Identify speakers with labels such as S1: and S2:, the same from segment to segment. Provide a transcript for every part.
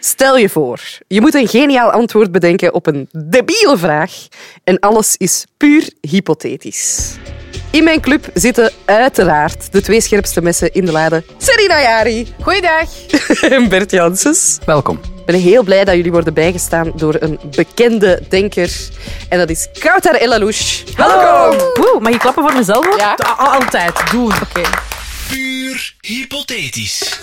S1: Stel je voor, je moet een geniaal antwoord bedenken op een debiele vraag en alles is puur hypothetisch. In mijn club zitten uiteraard de twee scherpste messen in de lade. Serena Jari
S2: Goeiedag.
S1: en Bert Janssens.
S3: Welkom.
S1: Ik ben heel blij dat jullie worden bijgestaan door een bekende denker. En dat is Kouter Elalouche. Welkom!
S2: Oeh, mag je klappen voor mezelf ook?
S1: Ja.
S2: Al- Altijd. Doen. Oké.
S4: Puur hypothetisch.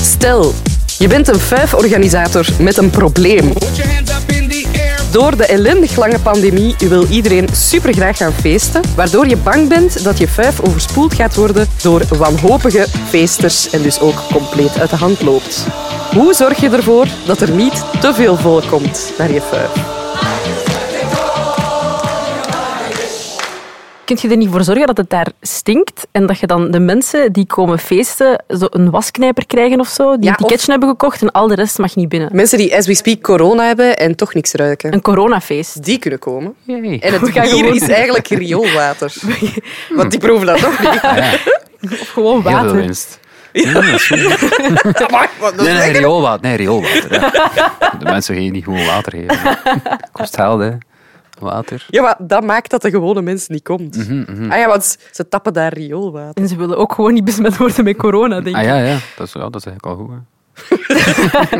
S1: Stel, je bent een fuiforganisator met een probleem.
S4: Put your hands up in the air.
S1: Door de ellendig lange pandemie wil iedereen supergraag gaan feesten, waardoor je bang bent dat je vijf overspoeld gaat worden door wanhopige feesters en dus ook compleet uit de hand loopt. Hoe zorg je ervoor dat er niet te veel volk komt naar je vijf?
S2: Kun je er niet voor zorgen dat het daar stinkt en dat je dan de mensen die komen feesten zo een wasknijper krijgen of zo, die
S1: Ja,
S2: een ticketje hebben gekocht en al de rest mag niet binnen?
S1: Mensen die as we speak corona hebben en toch niks ruiken.
S2: Een coronafeest.
S1: Die kunnen komen.
S3: Yay.
S1: En
S2: We
S1: het
S2: gaan
S1: bier
S2: gewoon-
S1: is eigenlijk rioolwater. Want die proeven dat toch niet.
S2: Of gewoon
S3: Heel veel
S2: water.
S3: winst. Ja, dat is goed. nee, nee, rioolwater. Nee, rioolwater. ja. De mensen gingen niet gewoon water geven. Kost geld, hè. Water.
S1: Ja, maar dat maakt dat de gewone mens niet komt. Ah ja, want ze tappen daar rioolwater.
S2: En ze willen ook gewoon niet besmet worden met corona, denk ik.
S3: Ah ja, ja. Dat is, ja, dat is eigenlijk al goed. Hè.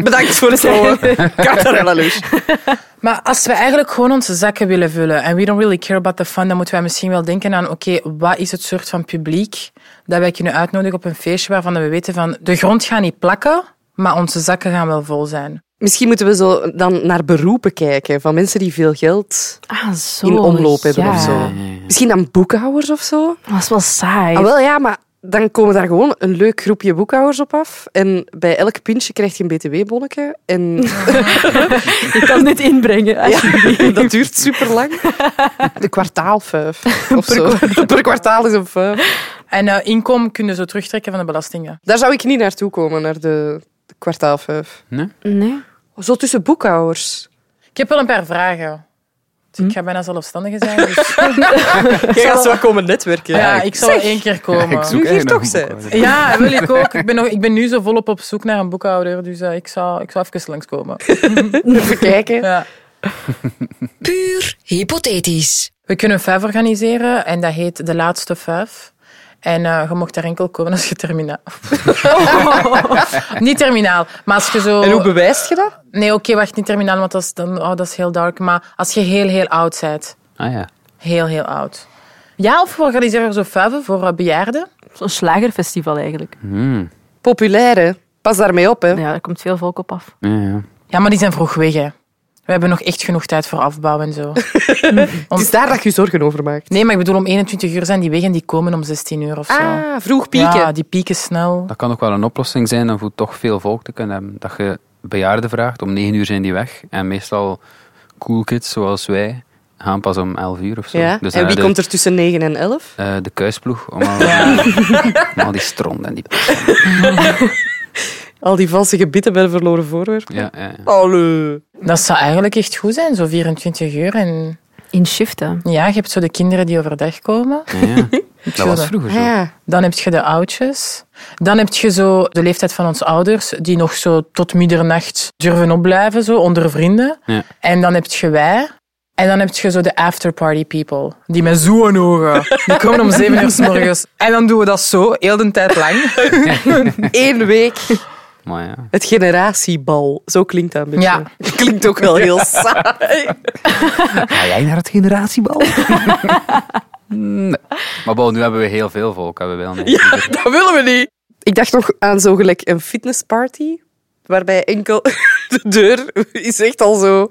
S1: Bedankt voor het horen. Katarella Luus.
S5: Maar als we eigenlijk gewoon onze zakken willen vullen en we don't really care about the fun, dan moeten wij misschien wel denken aan, oké, wat is het soort van publiek dat wij kunnen uitnodigen op een feestje waarvan we weten van, de grond gaat niet plakken, maar onze zakken gaan wel vol zijn.
S1: Misschien moeten we zo dan naar beroepen kijken van mensen die veel geld
S2: Ah, zo, dus,
S1: in omloop hebben
S2: ja.
S1: of zo. Misschien dan boekhouders of zo.
S2: Dat is wel saai.
S1: Ah, wel ja, maar dan komen daar gewoon een leuk groepje boekhouders op af. En bij elk pintje krijg je een btw-bonnetje. En
S2: Ik kan dit inbrengen.
S1: dat duurt super lang. De kwartaalfuif of zo. Per kwartaal is een fuif.
S5: En eh inkomen kunnen zo terugtrekken van de belastingen.
S1: Daar zou ik niet naartoe komen, naar de, de kwartaalfuif.
S2: Nee.
S1: Zo tussen boekhouders.
S5: Ik heb wel een paar vragen. Dus ik ga bijna zelfstandige zijn. Dus,
S1: Jij gaat zo wat komen netwerken.
S5: ja, ik zal wel één keer
S3: Ik
S5: komen.
S3: zoek
S1: Nu hier
S3: eigenlijk nog
S1: toch
S3: een
S1: zit.
S3: boekhouder.
S5: Ja, wil ik ook. Ik ben, nog, ik ben nu zo volop op zoek naar een boekhouder, dus eh, ik, zal, ik zal even langskomen.
S1: Even kijken.
S5: Ja.
S6: Puur hypothetisch.
S5: We kunnen een vijf organiseren en dat heet De Laatste Vijf. En eh, je mocht daar enkel komen als je terminaal... niet terminaal, maar als je zo...
S1: En hoe bewijst je dat?
S5: Nee, oké, wacht, niet terminaal, want dat is, dan, oh, dat is heel dark. Maar als je heel, heel oud bent.
S3: Ah ja.
S5: Heel, heel oud. Ja, of we organiseren zo vijven voor eh, bejaarden.
S2: Zo'n slagerfestival eigenlijk.
S3: Hmm.
S1: Populaire. Pas daarmee op, hè.
S2: Ja, daar komt veel volk op af.
S3: Ja, ja.
S5: Ja, maar die zijn vroeg weg, hè. We hebben nog echt genoeg tijd voor afbouw en zo.
S1: Het is daar dat je zorgen over maakt.
S5: Nee, maar ik bedoel, om 21 uur zijn die weg en die komen om 16 uur of zo.
S1: Ah, vroeg pieken.
S5: Ja, die pieken snel.
S3: Dat kan ook wel een oplossing zijn om voor toch veel volk te kunnen hebben. Dat je bejaarden vraagt, om 9 uur zijn die weg. En meestal cool kids zoals wij gaan pas om 11 uur of zo.
S1: Ja.
S3: Dus
S1: en
S3: dan
S1: wie
S3: de,
S1: komt er tussen 9 en 11?
S3: eh, de kuisploeg. Om al, om al die stront en die...
S1: Al die valse gebitten bij de verloren voorwerpen.
S3: Ja, ja, ja.
S1: Allee.
S5: Dat zou eigenlijk echt goed zijn, zo 24 uur. En
S2: In shiften.
S5: ja, je hebt zo de kinderen die overdag komen.
S3: Ja, ja. Dat was vroeger zo.
S1: Ah Ja.
S5: Dan heb je de oudjes. Dan heb je zo de leeftijd van onze ouders, die nog zo tot middernacht durven opblijven, zo onder vrienden.
S3: Ja.
S5: En dan heb je wij. En dan heb je zo de afterparty people, die met zo'n ogen. Die komen om zeven uur s morgens. En dan doen we dat zo, heel de tijd lang.
S1: Eén week
S3: Maar ja.
S1: het generatiebal. Zo klinkt dat een beetje.
S5: Ja.
S1: Klinkt ook wel heel saai.
S3: Ga jij naar het generatiebal? nee. Maar bon, nu hebben we heel veel volk. Hebben we wel nee.
S1: Dat willen we niet. Ik dacht nog aan zo gelijk een fitnessparty. Waarbij enkel de deur is echt al zo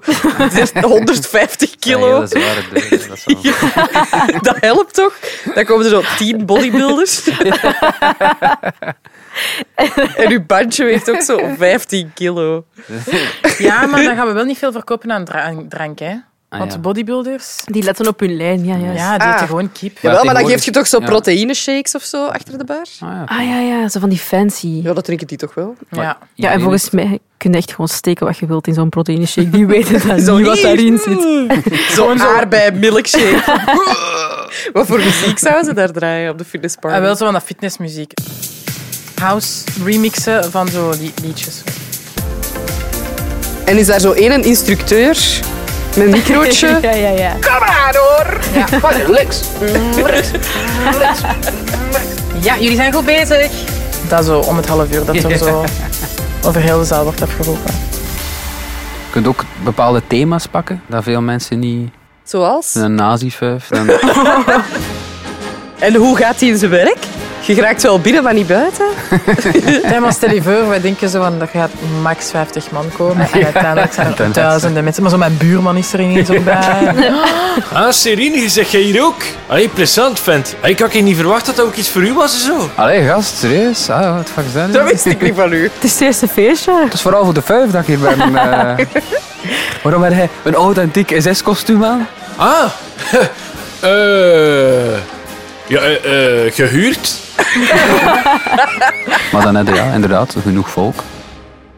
S1: 150
S3: Ja,
S1: kilo.
S3: dat is waar. Dat is- dat is wel-
S1: Dat helpt toch? Dan komen er zo tien bodybuilders. En uw bandje weegt ook zo 15 kilo.
S5: Ja, maar dan gaan we wel niet veel verkopen aan drank, drank hè.
S3: Ah,
S5: Want
S3: ja.
S5: bodybuilders,
S2: Die letten op hun lijn, ja, juist.
S5: ja, die
S1: Ah.
S5: eten gewoon kip.
S3: Ja,
S1: Jawel, maar dan
S3: tegenwoordig-
S1: geef je toch zo
S3: ja.
S1: proteïne-shakes of zo achter de bar?
S3: Ah, ja.
S2: Ah ja, ja, zo van die fancy.
S1: Ja, dat drinken die toch wel?
S5: Ja.
S2: Ja, en
S3: Iedereen
S2: volgens mij kun je echt gewoon steken wat je wilt in zo'n proteïne shake. Die weten dat niet wat daarin zit.
S1: Zo'n aardbei-milkshake. Wat voor muziek zouden ze daar draaien op de fitnessparty?
S5: Ah, wel zo van dat fitnessmuziek. house remixen van zo die liedjes.
S1: En is daar zo één instructeur met een microotje?
S2: Ja, ja, ja.
S1: Kom aan hoor! Ja. Lex.
S5: Ja, jullie zijn goed bezig. Dat zo om het half uur, dat er zo over heel de zaal wordt afgeroepen.
S3: Je kunt ook bepaalde thema's pakken, dat veel mensen niet...
S1: Zoals?
S3: Een nazi-fuif, dan...
S1: En hoe gaat hij in zijn werk? Je geraakt wel binnen, maar niet buiten.
S5: Ja, maar stel je voor, wij denken zo van, er gaat max 50 man komen. En uiteindelijk zijn er
S3: Uiteindelijk.
S5: duizenden mensen. Maar zo mijn buurman is er ineens ook bij.
S7: Ah, Serine, zeg jij hier ook? Allee, plezant vent. Ik had hier niet verwacht dat dat ook iets voor u was en zo.
S3: Allee, gast, serieus? Ah, wat fuck is dat nu?
S1: Dat wist ik niet van u.
S2: Het is het eerste feestje.
S3: Het is vooral voor de vijf dat ik hier ben. eh. Waarom heb jij een authentiek SS-kostuum aan?
S7: Ah, eh... ja, eh, eh, gehuurd?
S3: Maar dan heb je ja, inderdaad genoeg volk.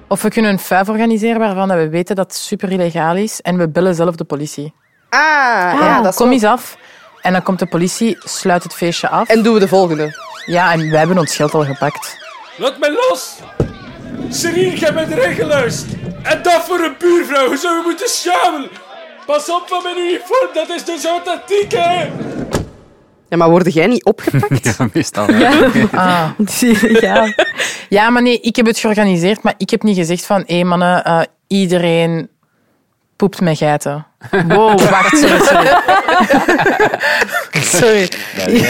S5: Of we kunnen een fuif organiseren waarvan dat we weten dat het super illegaal is. En we bellen zelf de politie.
S1: Ah, ja, dat is
S5: Kom
S1: wel-
S5: eens af. En dan komt de politie, sluit het feestje af.
S1: En doen we de volgende.
S5: Ja, en wij hebben ons geld al gepakt.
S7: Laat mij los! Serine, jij bent erin geluisterd. En dat voor een buurvrouw, je zou je moeten schamen. Pas op van mijn uniform, dat is dus authentiek, hè?
S1: Ja, maar word jij niet opgepakt?
S3: Ja, meestal. Ja.
S5: Ah.
S2: Ja.
S5: Ja, maar nee, ik heb het georganiseerd, maar ik heb niet gezegd van, hé mannen, eh, iedereen poept met geiten. Wow, wacht, sorry, sorry. sorry.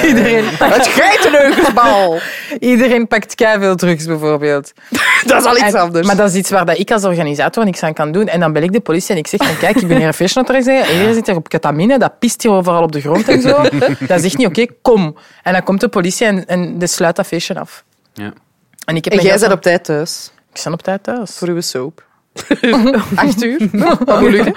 S5: Iedereen,
S1: Het geitenneugensbal!
S5: iedereen pakt veel drugs, bijvoorbeeld.
S1: dat is al iets
S5: En-
S1: anders.
S5: Maar dat is iets waar dat ik als organisator niks aan kan doen. En dan bel ik de politie en ik zeg van, kijk, ik ben hier een feestje aan het organiseren. Hier zit er op ketamine, dat pist hier overal op de grond en zo. Dat zegt niet, oké, kom. En dan komt de politie en, en die sluit dat feestje af.
S3: Ja.
S5: En, ik heb
S1: en jij
S5: mijn geld-
S1: bent op tijd thuis.
S5: Ik ben op tijd thuis.
S1: Voor uw soap. Acht uur. Dat moet lukken.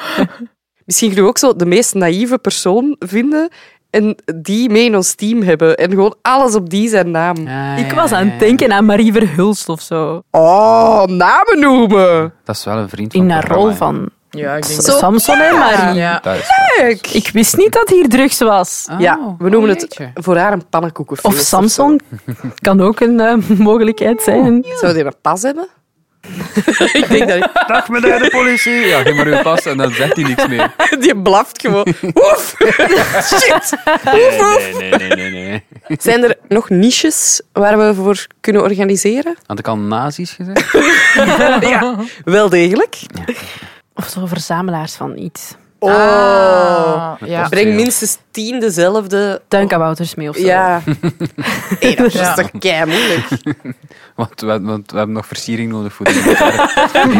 S1: Misschien kunnen we ook zo de meest naïeve persoon vinden en die mee in ons team hebben. En gewoon alles op die zijn naam.
S2: Ik was aan het denken aan Marie Verhulst of zo.
S1: Oh, namen noemen.
S3: Dat is wel een vriend van
S2: In
S3: het
S2: haar rol
S3: programma,
S2: van
S5: Ja, ik denk Ah,
S1: Zo-
S2: Samson en Marie.
S5: Ja.
S3: hè. Dat is waar.
S2: Ik wist niet dat hier drugs was.
S1: ja, we noemen het voor haar een pannenkoekenfeest.
S2: Of Samson kan ook een eh, mogelijkheid zijn.
S1: Zou die een pas hebben? ik denk dat
S3: Dag meneer de politie! Ja, geef maar uw pas en dan zegt hij niks meer.
S1: die, die blaft gewoon. Oef! Shit!
S3: Nee, nee, nee, nee, nee.
S1: Zijn er nog niches waar we voor kunnen organiseren?
S3: Had ik al nazi's gezegd?
S1: Ja, wel degelijk.
S2: Of zo verzamelaars van iets.
S1: Oh.
S5: Ah, ja.
S1: Breng minstens tien dezelfde.
S2: Tuinkabouters mee of zo.
S1: Ja. Hey, dat is
S5: Ja.
S1: toch kei moeilijk.
S3: Want we, want we hebben nog versiering nodig voor die niet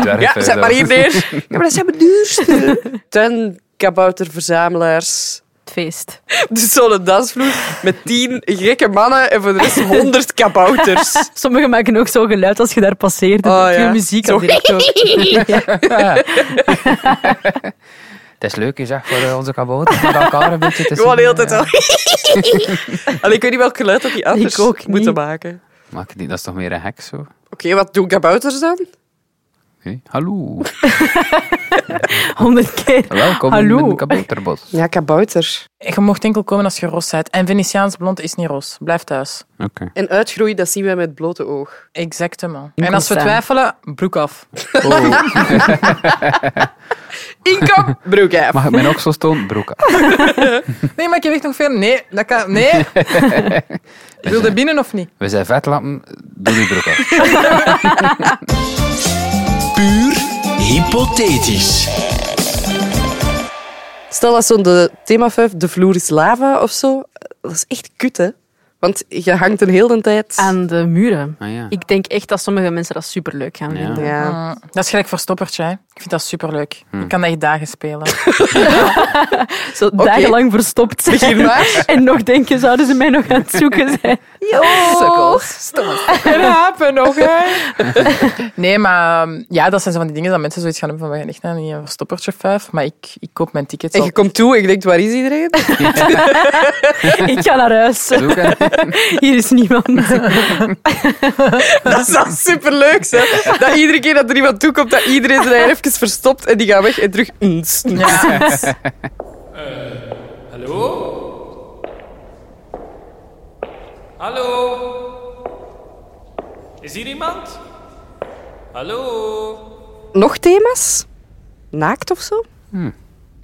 S3: werk,
S1: Ja,
S3: eh,
S1: zet maar
S3: dat-
S1: hier neer. Ja, maar dat zijn mijn duurste. Tuinkabouterverzamelaars.
S2: Het feest.
S1: Dus zo'n dansvloer met tien gekke mannen en voor de rest honderd kabouters.
S2: Sommigen maken ook zo geluid als je daar passeert. en
S1: Oh,
S2: dat je
S1: ja.
S2: muziek
S1: Zo.
S2: aan direct hoort.
S3: Het is leuk, je zegt, voor eh, onze kabouter met elkaar een beetje te
S1: Gewoon de hele
S3: zien,
S1: tijd
S3: eh.
S1: al. Allee, ik weet niet welk geluid dat die anders
S2: Ik ook niet.
S1: moeten maken. Oké,
S3: Maak die, dat is toch meer een heks, zo?
S1: wat doen kabouters dan?
S3: Oké. Hallo,
S2: Honderd keer.
S3: welkom
S2: Hallo.
S3: in de kabouterbos.
S1: Ja, kabouter.
S5: Je mocht enkel komen als je roos bent. En Venetiaans blond is niet roos. Blijf thuis.
S3: Oké.
S1: En uitgroei, dat zien wij met het blote oog.
S5: Exactement. En als we
S2: staan.
S5: twijfelen, broek af.
S3: Oh.
S1: Inkom, broek af.
S3: Mag ik mijn oksel stoon? Broek af.
S5: Nee, maar ik heb echt nog veel. Nee, dat kan. Nee. Wil je binnen of niet?
S3: We zijn vetlappen, doe die broek af.
S4: Puur hypothetisch.
S1: Stel dat zo'n de themafuif de vloer is lava of zo. Dat is echt kut, hè? Want je hangt een hele tijd
S2: Aan de muren.
S3: Ah, ja.
S2: Ik denk echt dat sommige mensen dat superleuk gaan
S3: Ja.
S2: vinden.
S1: Ja.
S5: Mm, dat is gelijk voor stoppertje. Hè. Ik vind dat superleuk. Ik kan dat echt dagen spelen.
S2: Zo dagenlang verstopt zijn.
S1: Begin maar.
S2: En nog denken, zouden ze mij nog aan het zoeken zijn?
S1: Sukkels.
S5: En hapen nog, hè? Nee, maar ehm, ja, dat zijn zo van die dingen dat mensen zoiets gaan hebben van we gaan echt naar een verstoppertje vijf. Maar ik, ik koop mijn tickets
S1: En
S5: al.
S1: je komt toe en je denkt, waar is iedereen?
S2: Ik ga naar huis.
S3: Doe ik een-
S2: Hier is niemand.
S1: Dat is dan superleuk, zeg. Dat iedere keer dat er iemand toekomt, dat iedereen zijn eigen even verstopt en die gaat weg en terug... mm, "Ns, ns."
S5: Ja.
S7: Hallo? Hallo? Is hier iemand? Hallo?
S1: Nog thema's? Naakt of zo?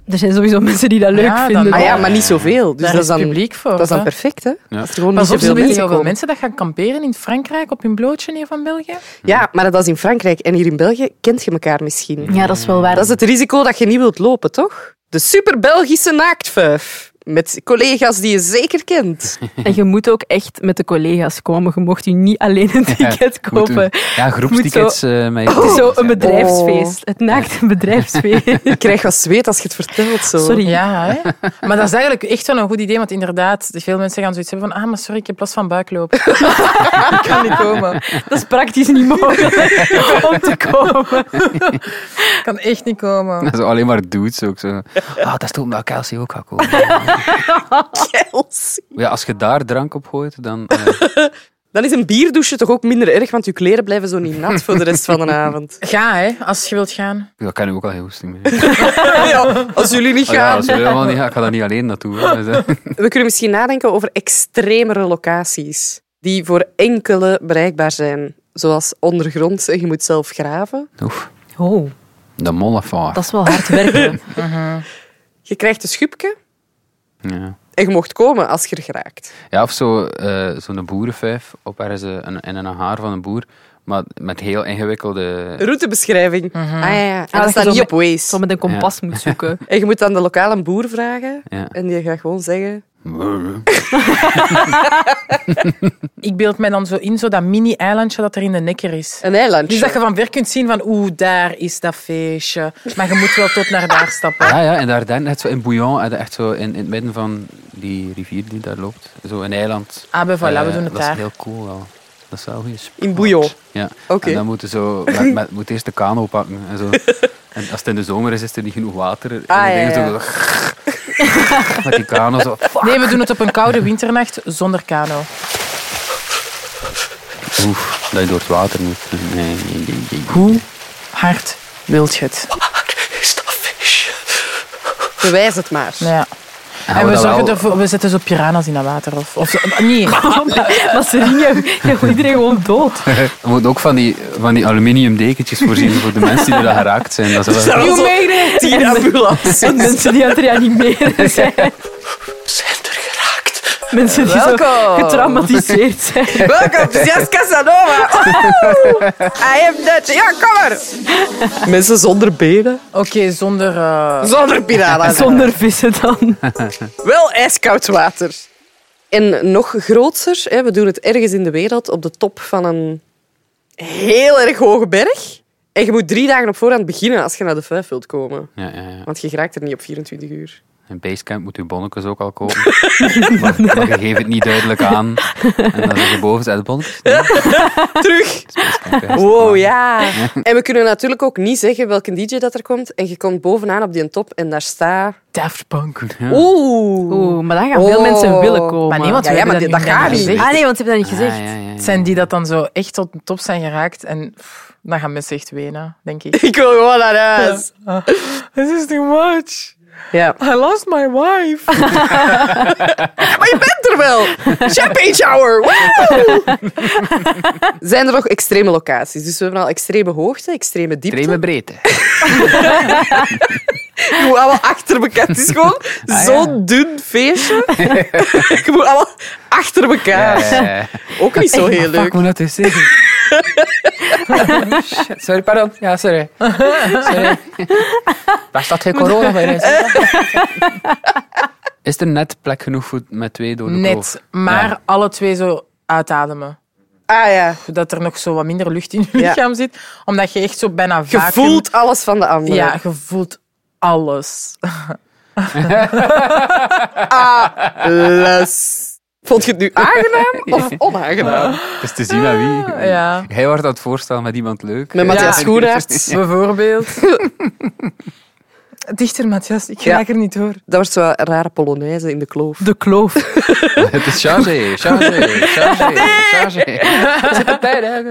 S2: Er zijn sowieso mensen die dat leuk
S5: Ja, dan-
S2: vinden.
S5: Ah
S1: Ah ja, maar niet zoveel. Dus
S5: Daar
S1: dat
S5: is
S1: is dan,
S5: publiek voor,
S1: Dat is dan
S5: hè?
S1: perfect, hè?
S3: Ja.
S1: Als er gewoon
S5: Pas
S1: niet
S5: op, ze
S1: zoveel
S5: willen
S1: mensen
S5: heel veel
S1: komen.
S5: mensen dat gaan kamperen in Frankrijk op hun blootje hier van België.
S1: Ja, maar dat is in Frankrijk. En hier in België kent je elkaar misschien.
S2: Ja, dat is wel waar.
S1: Dat is het risico dat je niet wilt lopen, toch? De super-Belgische naaktvuif. Met collega's die je zeker kent.
S2: En je moet ook echt met de collega's komen. Je mocht je niet alleen een Oh. ticket
S3: Eh, Moet u-
S2: kopen.
S3: Ja, groepstickets. eh, met
S2: Het is zo een
S3: Ja.
S2: bedrijfsfeest. Het naakt een bedrijfsfeest.
S1: Ik krijg wat zweet als je het vertelt. Zo.
S2: Sorry.
S5: Ja, hè? maar dat is eigenlijk echt wel een goed idee, want inderdaad, veel mensen gaan zoiets hebben van ah, maar sorry, ik heb last van buikloop. ik kan niet komen.
S2: Dat is praktisch niet mogelijk om te komen.
S5: Ik kan echt niet komen.
S3: Zo alleen maar dudes ook zo. Ah, dat is toch omdat Kelsey ook gaat komen.
S1: Kels.
S3: Ja, als je daar drank op gooit, dan... eh,
S1: Dan is een bierdouche toch ook minder erg, want je kleren blijven zo niet nat voor de rest van de avond.
S5: Ga, hè, als je wilt gaan.
S3: dat kan ik ook al heel goed meer.
S1: Ja, als jullie niet
S3: Oh, ja,
S1: gaan.
S3: als jullie allemaal niet gaan, ik ga daar niet alleen naartoe. hè. Dus, eh,
S1: We kunnen misschien nadenken over extremere locaties die voor enkele bereikbaar zijn. Zoals ondergronds en je moet zelf graven.
S3: Oef,
S2: Oh,
S3: de mollafaar.
S2: dat is wel hard werken.
S1: Je krijgt een schubje
S3: Ja.
S1: en je mocht komen als je er geraakt.
S3: ja, of zo, eh, zo'n boerenvijf op ergens eh, een, in een haar van een boer, maar met heel ingewikkelde...
S1: Routebeschrijving. Ah ja, ja. En
S2: Ah,
S1: dat
S2: dat
S1: staat
S2: je
S1: niet
S2: zo
S1: op Waze.
S2: Zo met een kompas moet zoeken.
S1: En je moet dan de lokale boer vragen.
S3: Ja.
S1: En die gaat gewoon zeggen...
S5: Ik beeld mij dan zo in, zo dat mini-eilandje dat er in de nekker
S3: Eh,
S5: is.
S1: Een eilandje.
S5: Dus dat je van ver kunt zien van oeh, daar is dat feestje. Maar je moet wel tot naar daar stappen.
S3: Ja, ja, en daar dan net zo in Bouillon, eh, echt zo in, in het midden van die rivier die daar loopt. Zo een eiland.
S5: Ah, ben, voilà,
S3: Eh,
S5: we doen het
S3: Dat
S5: daar.
S3: is heel cool wel. Dat is wel goed.
S1: In Bouillon.
S3: Ja.
S1: Oké.
S3: En dan moeten ze met, met, moet eerst de kano pakken en zo. En als het in de zomer is, is er niet genoeg water. En dan
S1: Ah, ja,
S3: denk je
S1: ja.
S3: zo- met die kano zo.
S5: Nee, we doen het op een koude winternacht zonder kano.
S3: Oef, dat je door het water moet. Nee, nee, nee, nee.
S5: Hoe hard wilt je het?
S1: Bewijs het maar.
S5: Nou Ja.
S3: En
S5: En we,
S3: dat
S5: zorgen
S3: wel-
S5: ervoor, we zetten zo piranha's in dat water. Of, of zo- nee,
S2: Maar Serena, je moet iedereen gewoon dood.
S3: We moeten ook van die, van die aluminium dekentjes voorzien voor de mensen die er dan geraakt zijn. Dat is wel...
S1: You made it! Tien ambulances.
S2: En mensen die aan het reanimeren zijn. Zijn er geraakt. Mensen die zo
S1: Welkom.
S2: getraumatiseerd zijn.
S1: Welkom, Jas Casanova. Oeh, I am Dutch. Ja, kom maar. Mensen zonder benen.
S5: oké, zonder... eh,
S1: Zonder piranha's.
S2: Zonder vissen dan.
S1: Wel ijskoud water. En nog groter, hè, we doen het ergens in de wereld op de top van een heel erg hoge berg. En je moet drie dagen op voorhand beginnen als je naar de vijf wilt komen.
S3: Ja, ja, ja.
S1: Want je geraakt er niet op 24 uur.
S3: In Basecamp moet uw bonnetjes ook al kopen. maar, maar je geeft het niet duidelijk aan. En dan zeg je boven, zijn de bonnetjes? Nee, het
S1: Terug!
S3: is Basecamp, hè.
S1: Wow, ja. En we kunnen natuurlijk ook niet zeggen welke DJ dat er komt. En je komt bovenaan op die top en daar staat...
S5: Daft Punk.
S1: Oeh.
S2: Oeh, maar dan gaan veel
S1: Oh.
S2: mensen willen komen.
S5: Maar nee, want
S1: eh, Ja,
S5: we
S1: ja,
S5: hebben
S1: maar
S5: dat,
S1: die- dat
S5: nu
S1: gaat
S5: net
S1: niet.
S5: gezegd.
S2: Ah nee, want ze hebben dat niet
S3: Ah,
S2: gezegd.
S3: ja, ja, ja.
S5: Het zijn die dat dan zo echt tot de top zijn geraakt. En pff, dan gaan mensen echt wenen, denk ik.
S1: Ik wil gewoon naar huis.
S5: This is too much.
S1: Ja.
S5: I lost my wife.
S1: Maar je bent er wel! Champagne shower! Woe! Zijn er nog extreme locaties? Dus we hebben al extreme hoogte, extreme diepte.
S3: Extreme breedte.
S1: Je moet allemaal achter elkaar. Het is gewoon
S5: Ah,
S1: zo'n dun feestje. Je moet allemaal achter elkaar.
S3: Eh,
S1: Ook niet zo heel leuk.
S3: Fuck, moet dat eens zeggen. Shit, sorry, pardon. Ja, sorry. sorry. Daar staat geen
S5: Eh,
S3: coronavirus. Is er net plek genoeg voor met twee
S1: Oh.
S3: dode
S5: Net,
S3: kloof?
S5: maar
S3: Ja.
S5: alle twee zo uitademen.
S1: Ah ja.
S5: Dat er nog zo wat minder lucht in je
S1: Ja.
S5: lichaam zit. Omdat je echt zo bijna
S1: Je
S5: vacuüm...
S1: voelt alles van de ander.
S5: Ja, je voelt alles.
S1: Les. Vond je het nu aangenaam of onaangenaam?
S3: Het is te zien met
S1: Ah,
S3: wie.
S5: Ja,
S3: Hij wordt aan het voorstellen met iemand leuk.
S1: Met Matthias
S5: Ja.
S1: Goenaerts.
S5: bijvoorbeeld. Dichter, Matthias. Ik raak er niet door.
S1: Dat wordt zo'n rare polonaise in de kloof.
S2: De kloof.
S3: Het is charge, charge, charge, charge. Zit op tijd, hè?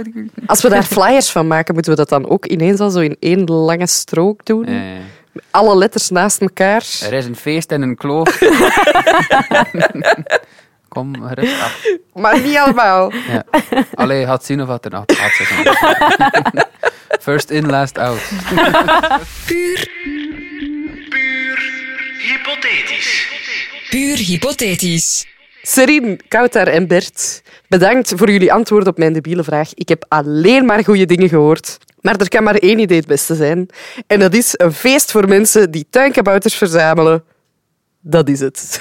S1: Als we daar flyers van maken, moeten we dat dan ook ineens al zo in één lange strook doen? Alle letters naast elkaar.
S3: Er is een feest en een kloof. Kom gerust af.
S1: Maar niet allemaal.
S3: Ja. Allee, had zien of had er nog had ze zijn. First in, last out.
S6: Puur hypothetisch.
S1: Serien, Kouter en Bert, bedankt voor jullie antwoord op mijn debiele vraag. Ik heb alleen maar goede dingen gehoord. Maar er kan maar één idee het beste zijn. En dat is een feest voor mensen die tuinkabouters verzamelen. Dat is het.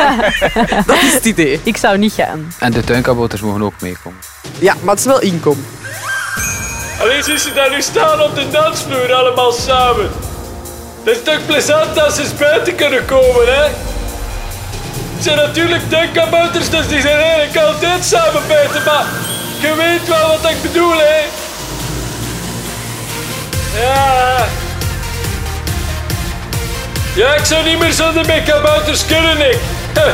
S1: dat is het idee.
S2: Ik zou niet gaan.
S3: En de tuinkabouters mogen ook meekomen.
S1: Ja, maar het is wel inkom.
S7: Alleen zien ze daar nu staan op de dansvloer allemaal samen. Het is toch plezant als ze eens buiten kunnen komen, hè? Het zijn natuurlijk dekkabouters, dus die zijn eigenlijk altijd samen buiten, maar je weet wel wat ik bedoel, hè? Ja. Ja, ik zou niet meer zonder mijn kabouters kunnen, ik. Huh.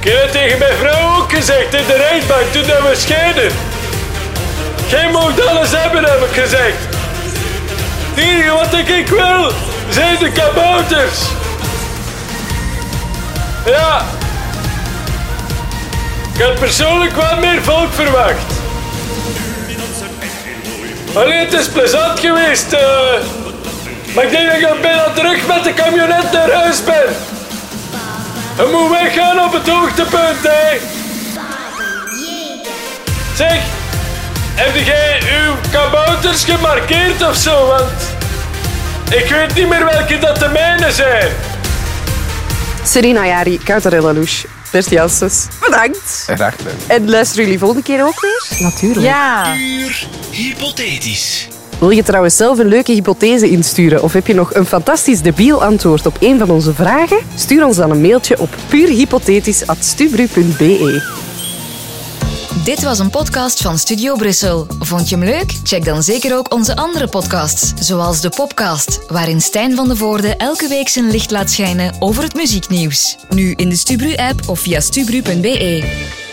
S7: Ik heb het tegen mijn vrouw ook gezegd in de rechtbank toen dat we scheiden. Geen moet alles hebben, heb ik gezegd. Het enige wat ik, ik wil, zijn de kabouters. Ja. Ik had persoonlijk wat meer volk verwacht. Alleen het is plezant geweest. eh. maar ik denk dat ik al bijna terug met de camionet naar huis ben. We moet weggaan op het hoogtepunt, hè. Zeg, heb jij uw kabouters gemarkeerd of zo? Want ik weet niet meer welke dat de mijne zijn.
S1: Serena Jari, Kouter en Lalouche, Bert Janssens, bedankt.
S3: Graag gedaan.
S1: En luisteren jullie volgende keer ook weer?
S2: Natuurlijk.
S5: Ja.
S4: Puur hypothetisch.
S1: Wil je trouwens zelf een leuke hypothese insturen of heb je nog een fantastisch debiel antwoord op een van onze vragen? Stuur ons dan een mailtje op puurhypothetisch.stubru.be.
S6: Dit was een podcast van Studio Brussel. Vond je hem leuk? Check dan zeker ook onze andere podcasts, zoals de Popcast, waarin Stijn van de Voorde elke week zijn licht laat schijnen over het muzieknieuws. Nu in de Stubru-app of via stubru.be.